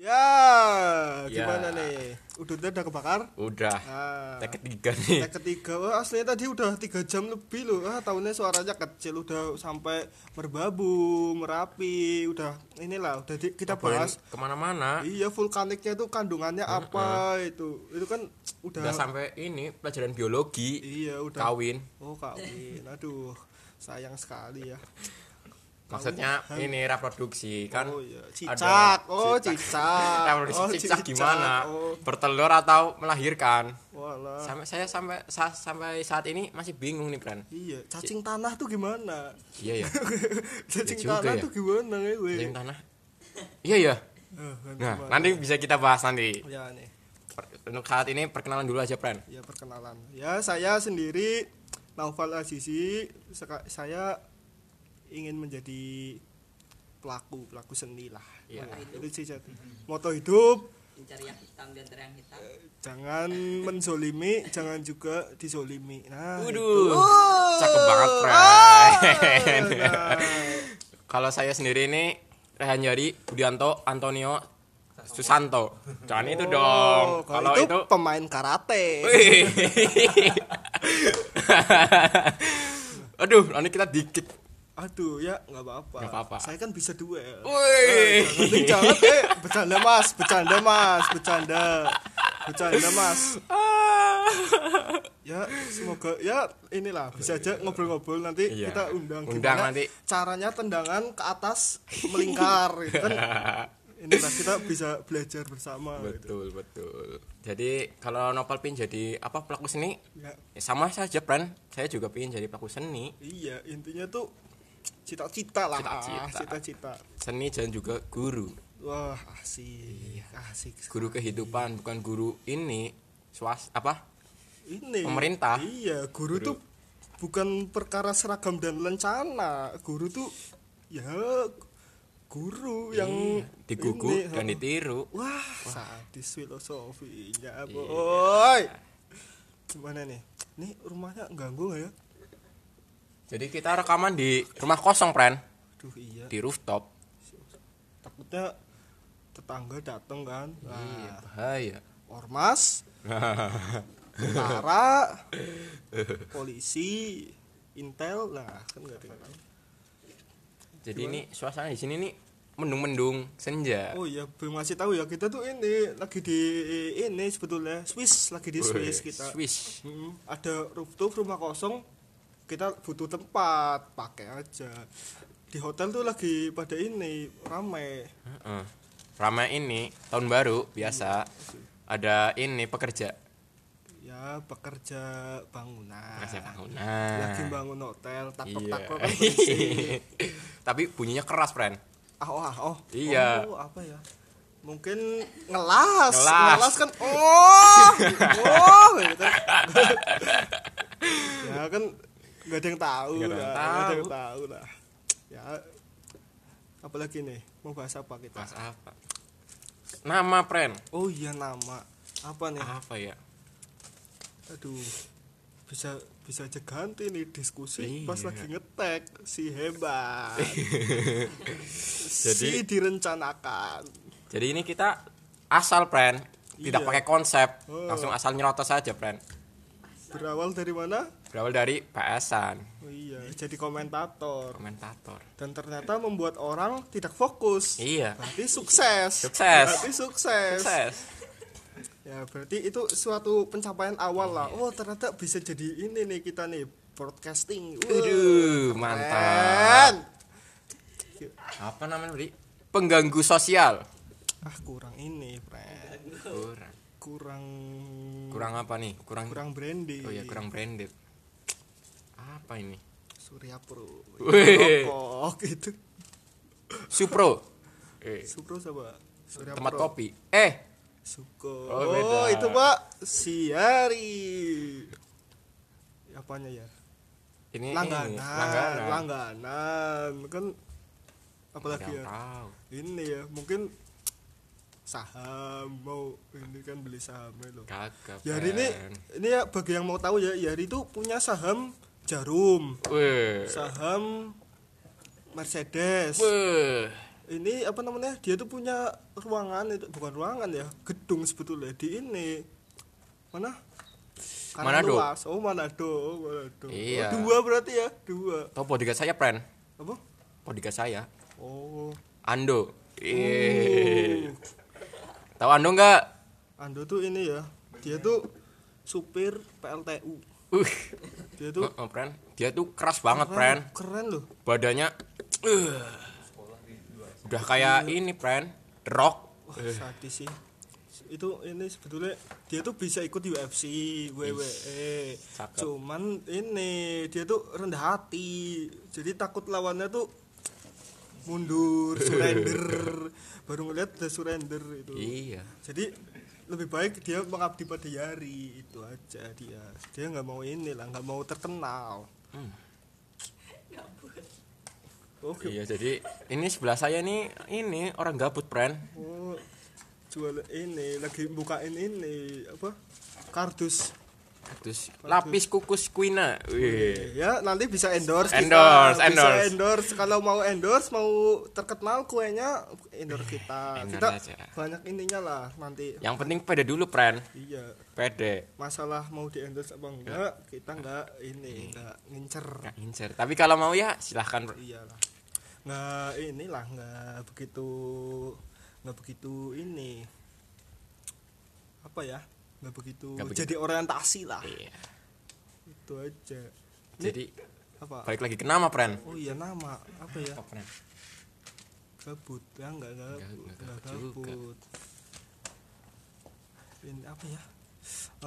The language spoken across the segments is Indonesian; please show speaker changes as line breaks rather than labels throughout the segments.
Ya, gimana
Ya.
nih? Udutnya udah kebakar?
Udah.
Ah.
Tag ketiga nih.
Tag ketiga. Wah, aslinya tadi udah tiga jam lebih loh. Ah, tahunnya suaranya kecil udah sampai merbabu, merapi, udah inilah udah di- kita
Boleh
bahas.
kemana-mana.
Iya, vulkaniknya tuh kandungannya apa itu? Itu kan udah,
Udah sampai ini pelajaran biologi.
Iya, udah.
Kawin.
Oh, kawin. Aduh, sayang sekali ya.
Maksudnya ini reproduksi kan.
Oh iya, cicak. Oh,
cicak.
cicak.
Reproduksi
Oh,
cicak gimana?
Oh, Ah.
Bertelur atau melahirkan?
walah.
Sampai saya sampai sa- sampai saat ini masih bingung nih, Bran.
Iya, cacing tanah tuh gimana?
Iya ya.
cacing
juga
tanah
ya.
tuh gimana gue?
Cacing tanah. Iya ya.
Eh, nanti
Nah,
gimana?
nanti bisa kita bahas nanti.
ya nih,
Per- Untuk saat ini perkenalan dulu aja, Bran.
ya perkenalan. Ya saya sendiri Naufal Azizi, Seka- saya ingin menjadi pelaku pelaku seni lah.
Iya.
Nah, itu sih jadi. Moto hidup
mencari yang hitam dan terang hitam
jangan menzolimi, jangan juga dizolimi. Nah,
Waduh,
itu.
cakep banget, Pren.
Ah,
Kalau saya sendiri ini Rehan Jari, Budianto, Antonio, Susanto. Jangan itu
nah.
dong.
Oh,
Kalau itu,
pemain karate.
Wih. Aduh, nanti kita dikit.
Aduh ya nggak apa-apa.
Nggak apa-apa. Uh,
Saya kan bisa duel.
Wih.
Nanti jangan eh bercanda mas, bercanda mas, bercanda, bercanda mas.
Ah.
Ya semoga ya inilah bisa aja ngobrol-ngobrol nanti
Iya.
kita undang
Undang nanti.
caranya tendangan ke atas melingkar gitu kan. Inilah kita bisa belajar bersama. gitu.
betul, betul. Jadi kalau Nopal pin jadi apa pelaku seni?
Ya,
Ya, sama saja, Pran. Saya juga pingin jadi pelaku seni.
iya intinya tuh cita-cita lah,
Cita-cita.
ah, cita-cita.
Seni dan juga guru.
Wah asik, asik.
Iya. Guru kehidupan, bukan guru ini swas apa?
ini
Pemerintah.
iya guru, tuh bukan perkara seragam dan lencana guru tuh ya guru yang
Iya, diguguk
ini, oh.
dan
ha.
ditiru.
wah, sadis filosofinya
Iya.
boy gimana nih ini rumahnya ganggu nggak ya
Jadi kita rekaman di rumah kosong, Pren,
aduh iya
di rooftop.
takutnya tetangga dateng kan nah,
Iya, bahaya.
ormas tentara polisi intel lah kan nggak ada yang tahu.
Jadi ini suasana di sini nih mendung-mendung senja.
Oh iya, belum ngasih tahu ya kita tuh ini lagi di ini sebetulnya Swiss lagi di
Wih,
Swiss kita.
Oh, iya. Swiss.
Mm, ada rooftop rumah kosong, kita butuh tempat pakai aja. Di hotel tuh lagi pada ini ramai.
Heeh. Ramai ini tahun baru biasa
Iya.
ada ini pekerja
Ya pekerja bangunan.
pekerja bangunan.
Ah, Lagi bangun hotel, takok-takok
Iya.
kan berisik.
Tapi bunyinya keras, Pren.
ah oh ah oh.
Iya.
Oh, apa ya? Mungkin ngelas,
Ngelas.
kan oh. oh gitu. ya kan nggak ada yang tahu
Nggak ada
lah,
yang
nggak ada
tahu.
yang tahu lah. Ya apalagi nih mau bahas apa kita?
Pas apa? Nama, Pren.
Oh iya nama. Apa nih?
Apa ya?
Aduh. Bisa bisa aja ganti nih diskusi
Iya.
pas lagi ngetek si hebat.
Jadi-
si direncanakan.
Jadi ini kita asal, Pren. Tidak
Iya.
pakai konsep,
Oh.
langsung asal nyerotos saja, Pren.
Berawal dari mana?
Berawal dari bahasan
Oh iya, jadi komentator
komentator.
dan ternyata membuat orang tidak fokus.
Iya.
Berarti sukses.
Sukses.
Berarti sukses.
Sukses.
Ya, berarti itu suatu pencapaian awal lah. Oh, ternyata bisa jadi ini nih kita nih broadcasting. Wah,
Aduh,
keren.
mantap. Apa namanya, Bri? Pengganggu sosial.
Ah, kurang ini, Fred.
Kurang.
Kurang
Kurang apa nih? Kurang
kurang branding.
Oh ya, kurang branded. Apa ini?
Surya Pro.
Wih.
Rokok gitu.
Supro. Eh,
Supro sama Surya
tempat
Pro.
kopi. Eh,
Suko.
Oh,
Oh,
beda.
itu Pak Siari. Apanya ya?
ini
Langganan.
ini,
Langganan.
Eh, langganan.
Kan apalagi ya?
Nggak tahu.
Ini ya, mungkin saham mau ini kan beli sahamnya loh.
Kagak.
Yari ini
Pen.
ini ya bagi yang mau tahu ya, Yari itu punya saham Jarum,
Weh.
saham Mercedes,
Weh.
ini apa namanya dia tuh punya ruangan itu bukan ruangan ya gedung sebetulnya di ini mana Karena
Manado.
luas. oh Manado oh Manado
Iya.
Oh, dua berarti ya dua
Tahu bodyguard saya, friend.
apa
Bodyguard saya.
oh
Ando. Ih. Eh.
Oh.
Tahu Ando nggak?
Ando tuh ini ya dia tuh supir PLTU
Uh.
dia tuh
Heeh, friend. Dia tuh keras banget, friend.
keren loh
Badannya eh, udah kayak ini, friend. The Rock.
Wah,
Eh.
sadis sih itu ini sebetulnya dia tuh bisa ikut UFC WWE E.
cakep.
cuman ini dia tuh rendah hati jadi takut lawannya tuh mundur surrender baru ngeliat udah surrender itu
Iya.
jadi lebih baik dia mengabdi pada Yari itu aja dia dia nggak mau ini lah nggak mau terkenal
Hmm.
oke
Iya, jadi ini sebelah saya nih ini orang gabut, friend.
Oh, jual ini lagi bukain ini apa? Kardus.
Terus lapis kukus kuina. Wih.
Ya, nanti bisa endorse. kita.
Endorse,
bisa
endorse.
endorse. Kalau mau endorse, mau terkenal kuenya endorse kita. kita
Endorse aja.
banyak ininya lah nanti.
Yang penting pede dulu, friend.
Iya.
Pede.
Masalah mau di endorse apa enggak,
Iya.
kita enggak ini, enggak ngincer.
Nggak incer. Tapi kalau mau ya silahkan. bro.
Iyalah. Enggak inilah, enggak begitu enggak begitu ini. Apa ya? Enggak begitu,
Nggak begitu.
jadi orientasi lah.
Iya.
itu aja
Jadi
apa
balik lagi ke nama, friend.
oh iya nama apa ya
Apa, friend?
kabut ya enggak gabut
Enggak- enggak
enggak
gabut juga.
kabut ini apa ya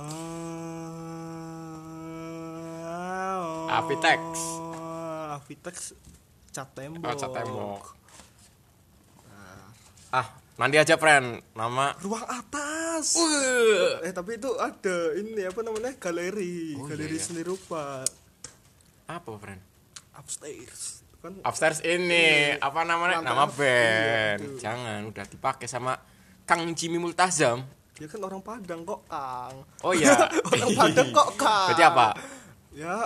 Eh,
Avitex.
Avitex cat tembok.
Oh, cat tembok. Ah, nanti aja, friend. Nama.
Ruang atas.
Wuh.
Eh tapi itu ada ini apa namanya galeri,
Oh, iya,
galeri
iya.
seni rupa
Apa, friend?
upstairs. Itu Kan
Upstairs ini apa namanya?
Lantai
Nama
atas.
band.
Iya, itu.
Jangan udah dipakai sama Kang Jimmy Multazam.
dia kan orang Padang kok Kang
Oh iya.
orang Padang kok Kang
Berarti apa?
ya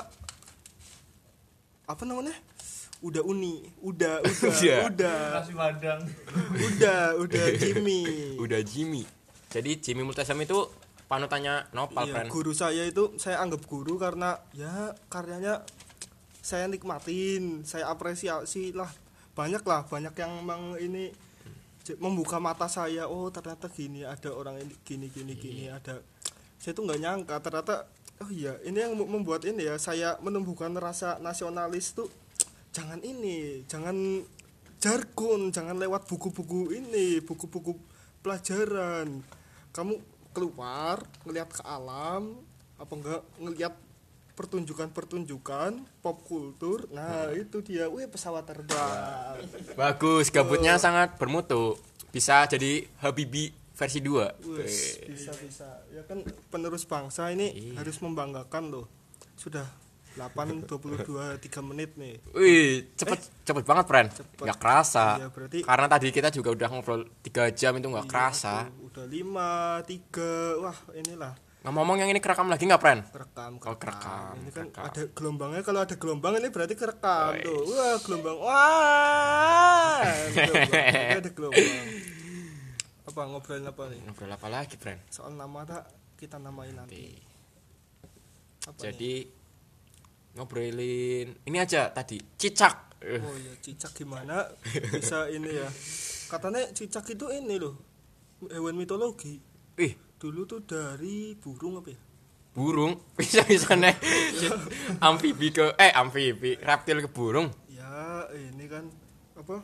apa namanya udah uni udah udah
Iya.
udah
Kasih padang.
udah udah Jimmy
Udah Jimmy. Jadi Jimmy Multazam itu panutannya Nopal,
Iya,
friend.
guru saya itu saya anggap guru karena ya karyanya saya nikmatin saya apresiasi lah banyak lah banyak yang memang ini j- membuka mata saya oh ternyata gini ada orang ini gini gini gini ada saya tuh nggak nyangka ternyata oh iya ini yang mem- membuat ini ya saya menumbuhkan rasa nasionalis tuh jangan ini jangan jargon jangan lewat buku-buku ini buku-buku pelajaran kamu keluar ngelihat ke alam apa enggak ngelihat pertunjukan-pertunjukan pop kultur nah itu dia wih pesawat terbang
Bagus, gabutnya
Oh.
sangat bermutu. Bisa jadi Habibi versi 2.
Wes, bisa bisa ya kan penerus bangsa ini harus membanggakan loh sudah 8.22 3 menit nih
Wih, cepet cepet banget, friend.
Eh. Cepet.
Nggak kerasa.
Iya, berarti- Iya,
Karena tadi kita juga udah ngobrol 3 jam itu nggak kerasa.
Aduh, udah 5 3 wah inilah
Ngomong-ngomong yang ini kerekam lagi nggak, friend?
kerekam
Oh, kerekam,
ini kan
kerekam.
ada gelombangnya kalau ada gelombang ini berarti kerekam tuh wah gelombang wah gelombang. Berarti ada gelombang apa ngobrolin apa nih
Ngobrol apa lagi, friend?
soal nama tak kita namain nanti apa nih?
Jadi ngobrolin ini aja tadi, cicak. Eh,
oh ya cicak gimana bisa ini ya katanya cicak itu ini loh hewan mitologi
Ih,
dulu tuh dari burung apa ya
burung bisa bisa nih amfibi ke eh amfibi reptil ke burung
ya ini kan apa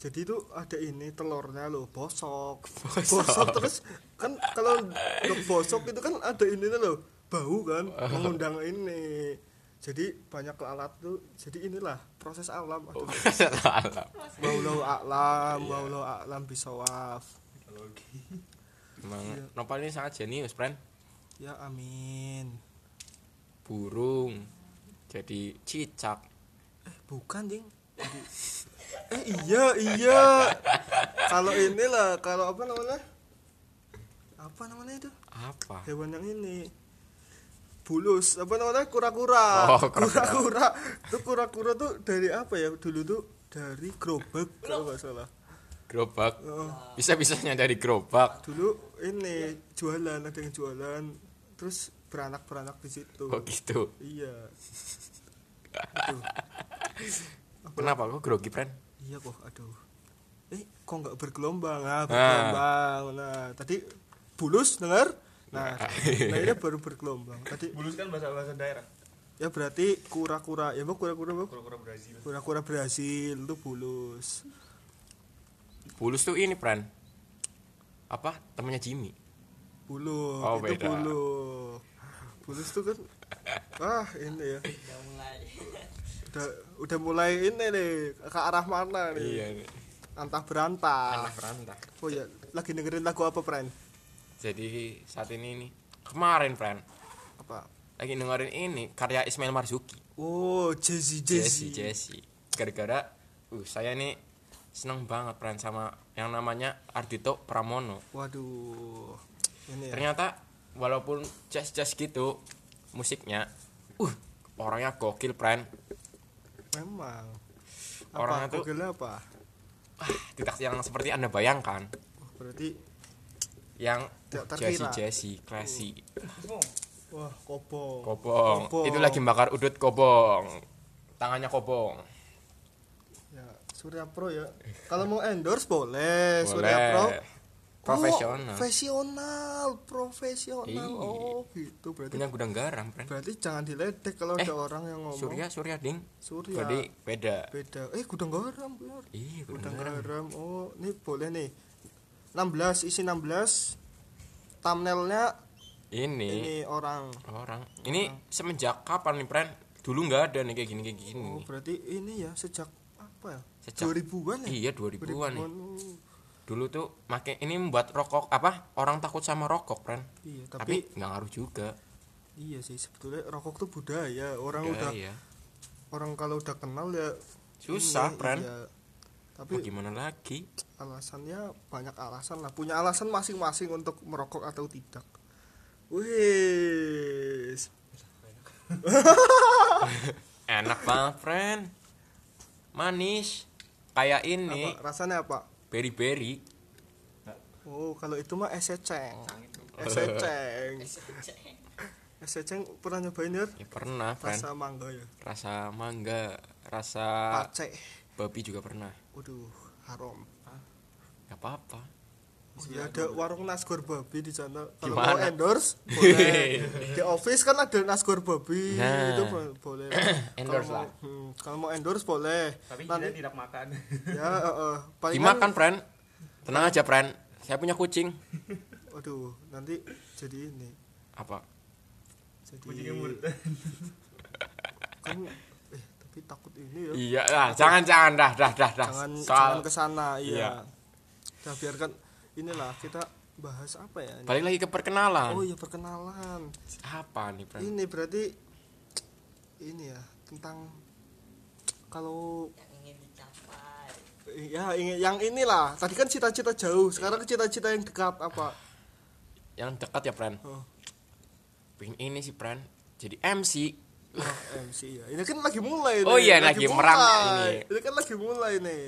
jadi itu ada ini telurnya loh bosok bosok, terus kan kalau untuk bosok itu kan ada ininya loh bau kan mengundang ini jadi banyak alat tuh jadi inilah proses alam aduh
Oh. Alam.
waulau alam waulau alam bisawaf
Emang Nopal ini sangat jenius, friend.
ya amin
Burung jadi cicak.
bukan jing Jadi- eh iya iya kalau inilah kalau apa namanya apa namanya itu
Apa?
hewan yang ini bulus apa namanya kura-kura
Oh, kura-kura.
kura-kura tuh kura-kura tuh dari apa ya dulu tuh dari gerobak kalau nggak salah
gerobak
Heeh.
bisa bisanya dari gerobak
dulu ini jualan ada yang jualan terus beranak beranak di situ
kok gitu
iya
kenapa kok grogi friend
iya kok aduh eh kok nggak bergelombang
Nah.
ah bergelombang nah tadi bulus dengar nah nah ini baru bergelombang tadi
Bulus kan bahasa-bahasa daerah.
ya berarti kura-kura ya bu kura-kura Bu?
Kura-kura Brazil.
kura-kura Brasil itu bulus
bulus tuh ini friend apa temennya Jimmy
bulu
Oh,
itu
beda.
bulu bulus tuh kan ah ini ya
udah mulai
udah udah mulai ini nih ke arah mana nih
nih.
antah berantah
anak perantah
oh ya lagi dengerin lagu apa friend
jadi saat ini nih kemarin friend
apa
lagi dengerin ini karya Ismail Marzuki
oh Jesse
Jesse
Jesse
Jesse gara-gara uh saya nih seneng banget friend sama yang namanya Ardito Pramono
waduh ini ya.
ternyata walaupun jazz jazz gitu musiknya uh orangnya gokil friend
memang
Orang
apa
itu-
Google apa
ah, tidak yang seperti anda bayangkan
Wah, berarti
yang
Tidak
Jesse
terkira.
Jesse classy
wah kobong
kobong itu lagi bakar udut kobong tangannya kobong
ya Surya Pro ya kalau mau endorse boleh, Surya Pro
boleh profesional
Oh, profesional profesional
Iya.
oh gitu berarti
punya gudang garam friend
berarti jangan diledek kalau
Eh,
ada orang yang ngomong
Surya Surya ding
Surya.
jadi beda
beda eh gudang garam bener
Ih,
gudang
Iya, gudang garam.
garam oh ini boleh nih 16 isi 16 thumbnailnya
ini
ini orang
orang ini semenjak kapan nih friend dulu nggak ada nih kayak gini kayak gini
oh berarti ini ya sejak apa ya
Hmm. Sejak-
2000-an ya
iya 2000-an nih
2000-an, oh.
dulu tuh make ini membuat rokok apa orang takut sama rokok friend
iya tapi,
tapi nggak ngaruh juga
iya sih sebetulnya rokok tuh budaya orang
Ya,
udah
iya.
orang kalau udah kenal ya
Susah,
ini,
Pren.
iya. tapi
mau gimana lagi
alasannya banyak alasan lah punya alasan masing-masing untuk merokok atau tidak wih
enak banget friend manis kayak ini
apa, rasanya apa
beri beri
oh kalau itu mah es eceng
Oh.
es eceng es eceng pernah nyobain ya
ya pernah friend
rasa mangga ya
rasa mangga rasa
pace
babi juga pernah
waduh haram
nggak apa apa
Oh, ya Oh, ada warung nasgor babi di sana. Kalau
Gimana?
mau endorse boleh. di office kan ada nasgor babi
Nah.
itu bo- boleh.
Endorse
Kalau
lah.
mau- hmm, kalau mau endorse boleh.
Tapi
Nanti
kita tidak makan.
ya eh, eh, palingan-
dimakan friend tenang aja friend saya punya kucing
Aduh, nanti jadi ini.
apa
Jadi kan eh tapi takut ini ya.
iya lah jangan jangan dah dah dah dah
Jangan
soal
jangan ke sana
Iya.
iya. Kita biarkan inilah kita bahas apa ya? ini?
balik lagi ke perkenalan
Oh iya perkenalan.
apa nih friend
Ini berarti ini ya tentang kalau
yang ingin dicapai
ya ingin yang inilah tadi kan cita-cita jauh sekarang cita-cita yang dekat apa
yang dekat ya friend
Oh.
pingin ini sih friend jadi MC
Wah, MC ya ini kan lagi mulai
Oh
nih,
iya, lagi merang
mulai.
ini.
ini kan lagi mulai nih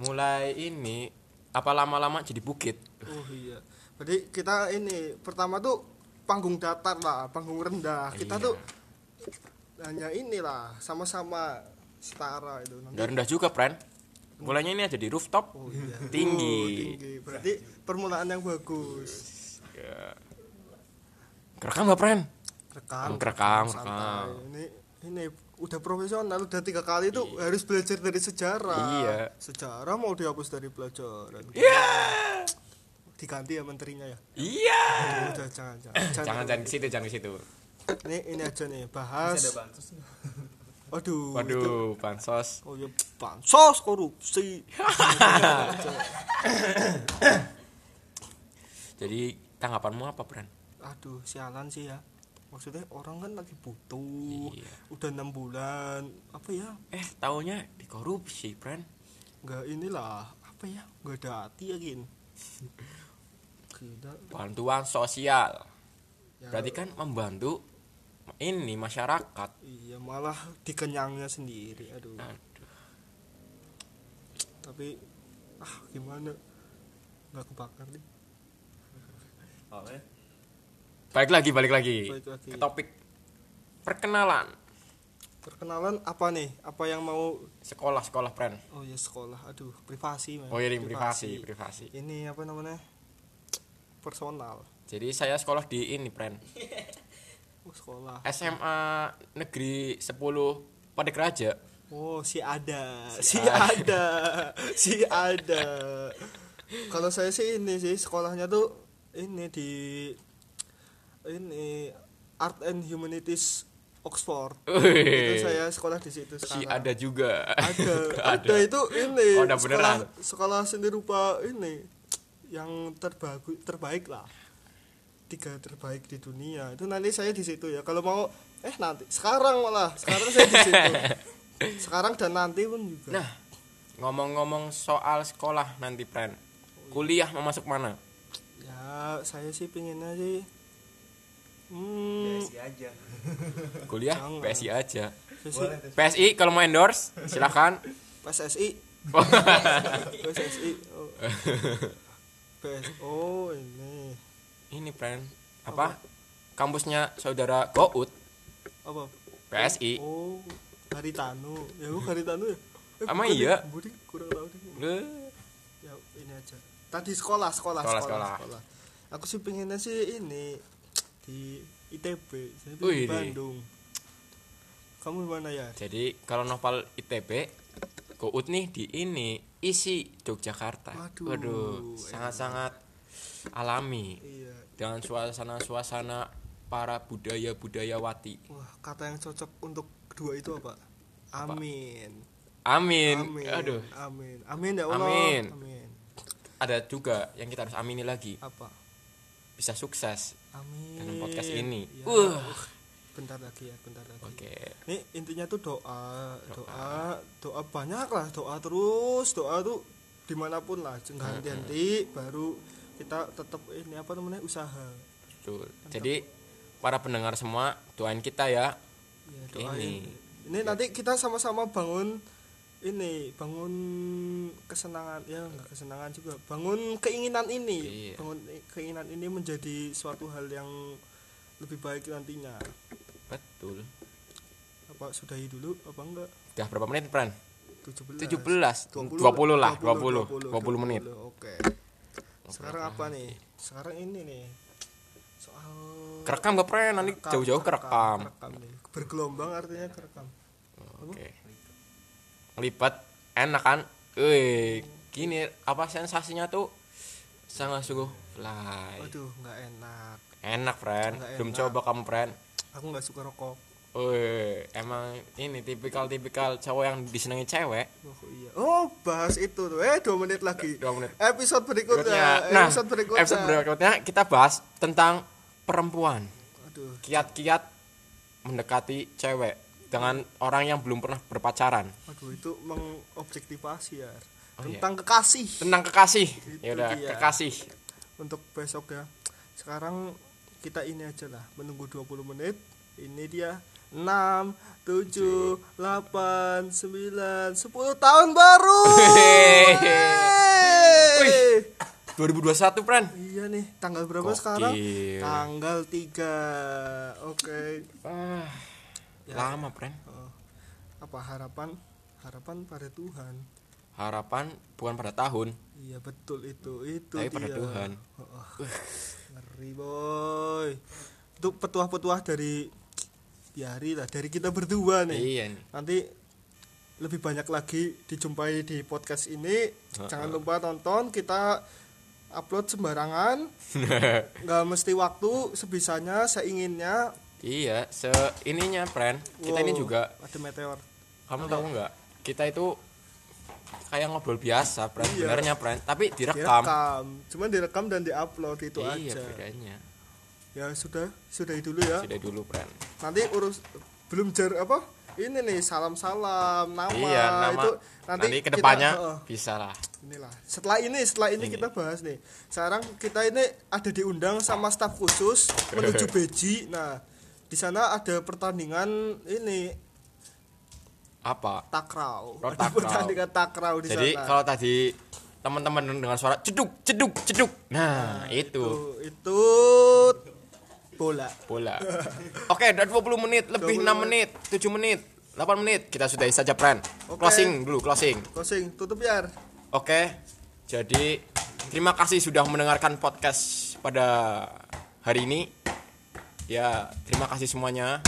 mulai ini apa lama-lama jadi bukit
Oh iya. Berarti kita ini pertama tuh panggung datar lah, panggung rendah. Kita
Iya.
tuh hanya inilah sama-sama setara itu nanti.
Nggak rendah juga friend mulainya ini aja di rooftop
Oh iya.
Tinggi.
Oh, tinggi. Berarti permulaan yang bagus.
kerekam nggak friend
Rekam.
Rekam, rekam.
santai. Ini ini udah profesional udah tiga kali tuh harus belajar dari sejarah.
Iya.
Sejarah mau dihapus dari pelajaran.
iya
Diganti ya menterinya ya.
iya
Udah jangan jangan. Oh,
jangan jangan ke situ jangan ke situ
Ini ini aja nih
Ada
bahas.
bansos.
Aduh. itu
waduh bansos
Oh ya bansos korupsi.
jadi tanggapanmu apa friend
Aduh sialan sih ya. Maksudnya orang kan lagi butuh.
Iya.
Udah enam bulan. Apa ya?
eh taunya dikorupsi friend
Enggak inilah. Apa ya? Enggak ada hati ya gin. Gila.
bantuan sosial
Ya,
berarti kan membantu ini masyarakat
Iya malah
Nah.
dikenyangnya sendiri. Aduh.
Aduh,
Tapi ah gimana nggak kebakar nih
Oke.
Balik lagi, balik lagi.
Balik lagi.
Ke topik perkenalan
perkenalan apa nih apa yang mau
sekolah sekolah friend.
oh ya sekolah aduh privasi men.
Oh iya, ini privasi, privasi.
ini apa namanya personal
Jadi saya sekolah di ini, friend.
oh sekolah
SMA Negeri 10 Pondok Raja.
oh si ada si ada si ada kalau saya sih ini sih sekolahnya tuh ini di ini Art and Humanities Oxford itu
Wih,
saya sekolah di situ
Si
sekarang
ada juga.
ada ada itu ini
Oh, ada beneran.
sekolah sekolah seni rupa ini yang terbagus terbaik lah tiga terbaik di dunia itu nanti saya di situ ya kalau mau eh nanti sekarang malah sekarang saya di situ sekarang dan nanti pun juga
Nah, ngomong-ngomong soal sekolah nanti, friend. Kuliah mau masuk mana?
ya saya sih pinginnya sih hmm
PSI aja.
Kuliah
Jangan.
PSI aja.
saya sih
Boleh tuh.
PSI kalau mau endorse silahkan
PSSI PSSI oh. PSO ini
Ini, friend. Apa? Kampusnya saudara Gout
apa
PSI.
oh Haritanu ya gua Haritanu ya Eh,
Ama
bukan deh,
iya.
gua deh, kurang tahu deh
Leh.
ya ini aja tadi sekolah sekolah
Sekolah,
sekolah, sekolah.
sekolah.
aku sih pengennya sih ini di ITB jadi di
Wih, di-
Bandung kamu di mana ya
Jadi kalau novel ITB Gout nih di ini isi Yogyakarta.
Waduh, enak.
sangat-sangat alami
iya
dengan suasana-suasana para budaya-budayawati.
wah kata yang cocok untuk kedua itu apa amin
Amin.
amin
Aduh,
amin amin ya Allah
Amin.
amin
ada juga yang kita harus amini lagi.
apa
Bisa sukses
amin
dalam podcast ini.
Ya,
Wah.
bentar lagi ya bentar lagi
Oke.
Ini intinya tuh doa, doa, doa banyak lah, doa terus, doa tuh dimanapun lah, jangan henti baru kita tetap ini apa namanya usaha.
Betul. Jadi para pendengar semua doain kita ya.
Ya, doain.
Ini. Iya.
Ini nanti kita sama-sama bangun ini, bangun kesenangan ya enggak kesenangan juga, bangun keinginan ini,
Iya.
bangun i- keinginan ini menjadi suatu hal yang lebih baik nantinya.
Betul.
Apa sudahi dulu apa enggak?
Udah berapa menit, Pran?
17.
17. 20, lah, 20, 20, menit.
Oke. Sekarang apa nih? Sekarang ini nih. Soal
Kerekam gak, Pran? Nanti
kerekam,
jauh-jauh kerekam.
kerekam nih. Bergelombang artinya kerekam.
Oke. Lipat enak kan? Wih, gini apa sensasinya tuh sangat sungguh fly.
Waduh, nggak enak.
Enak, friend.
Nggak
Belum
enak.
coba kamu, friend.
Aku nggak suka rokok.
Wih, emang ini tipikal-tipikal cowok yang disenangi cewek.
Oh iya. Oh, bahas itu tuh. Eh, 2 menit lagi.
Dua menit.
Episode berikutnya. Eh,
Berikutnya. Nah,
episode berikutnya.
episode berikutnya kita bahas tentang perempuan.
Aduh,
Kiat-kiat mendekati cewek dengan orang yang belum pernah berpacaran.
aduh itu mengobjektivasi ya.
Oh, iya.
Tentang kekasih.
Tentang kekasih. Ya udah,
dia.
kekasih.
untuk besok ya sekarang kita ini aja lah menunggu 20 menit ini dia 6 7 8 9 10 tahun baru
Wih. 2021, friend.
iya nih tanggal berapa
Gokil.
sekarang
Iya.
tanggal 3 oke
Ah,
Ya.
Lama, friend.
Oh, apa harapan harapan pada Tuhan
Harapan bukan pada tahun,
iya betul itu itu dia. Oh,
tapi pada Tuhan.
Ngeri boy. Itu petuah-petuah dari Biari lah dari kita berdua nih.
Iya nih.
Nanti lebih banyak lagi dijumpai di podcast ini. Jangan lupa tonton kita upload sembarangan. nggak mesti waktu sebisanya seinginnya.
iya, se ininya, friend. Kita
Wow, Iya.
ini juga
ada meteor.
kamu tahu nggak kita itu kayak ngobrol biasa pren sebenarnya pren tapi direkam
Iya. Direkam. Cuman direkam dan diupload itu
iya
aja.
bedanya
Ya sudah, sudahi dulu ya.
sudah dulu pren
nanti urus belum jar apa ini nih salam salam nama,
iya nama
itu
nanti,
nanti,
kedepannya
kita, heeh,
bisa lah
inilah setelah ini setelah ini, kita bahas nih sekarang kita ini ada diundang sama staf khusus menuju Beji nah di sana ada pertandingan ini
apa
takraw
Oh,
ada
takraw.
pertandingan takraw di
jadi
sana
kalau tadi teman-teman dengan suara ceduk ceduk ceduk nah, itu
Tuh, itu bola
bola oke udah 20 menit
20
lebih 6 menit 7 menit 8 menit kita sudahi saja peran
Oke.
closing dulu closing
closing tutup ya
Oke, jadi terima kasih sudah mendengarkan podcast pada hari ini. Ya, terima kasih semuanya.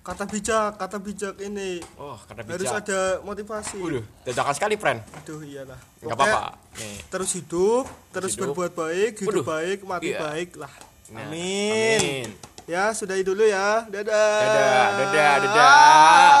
kata bijak kata bijak ini
Oh, karena
harus
bijak.
ada motivasi
Waduh, dadakan sekali, friend.
aduh iyalah
Enggak
Pokoknya
apa-apa. Nih.
terus hidup terus
hidup.
berbuat baik hidup
Waduh.
baik mati
Iya.
baik lah
Nah,
amin.
amin.
ya sudahi dulu ya dadah Ah.
Dadah, dadah, dadah.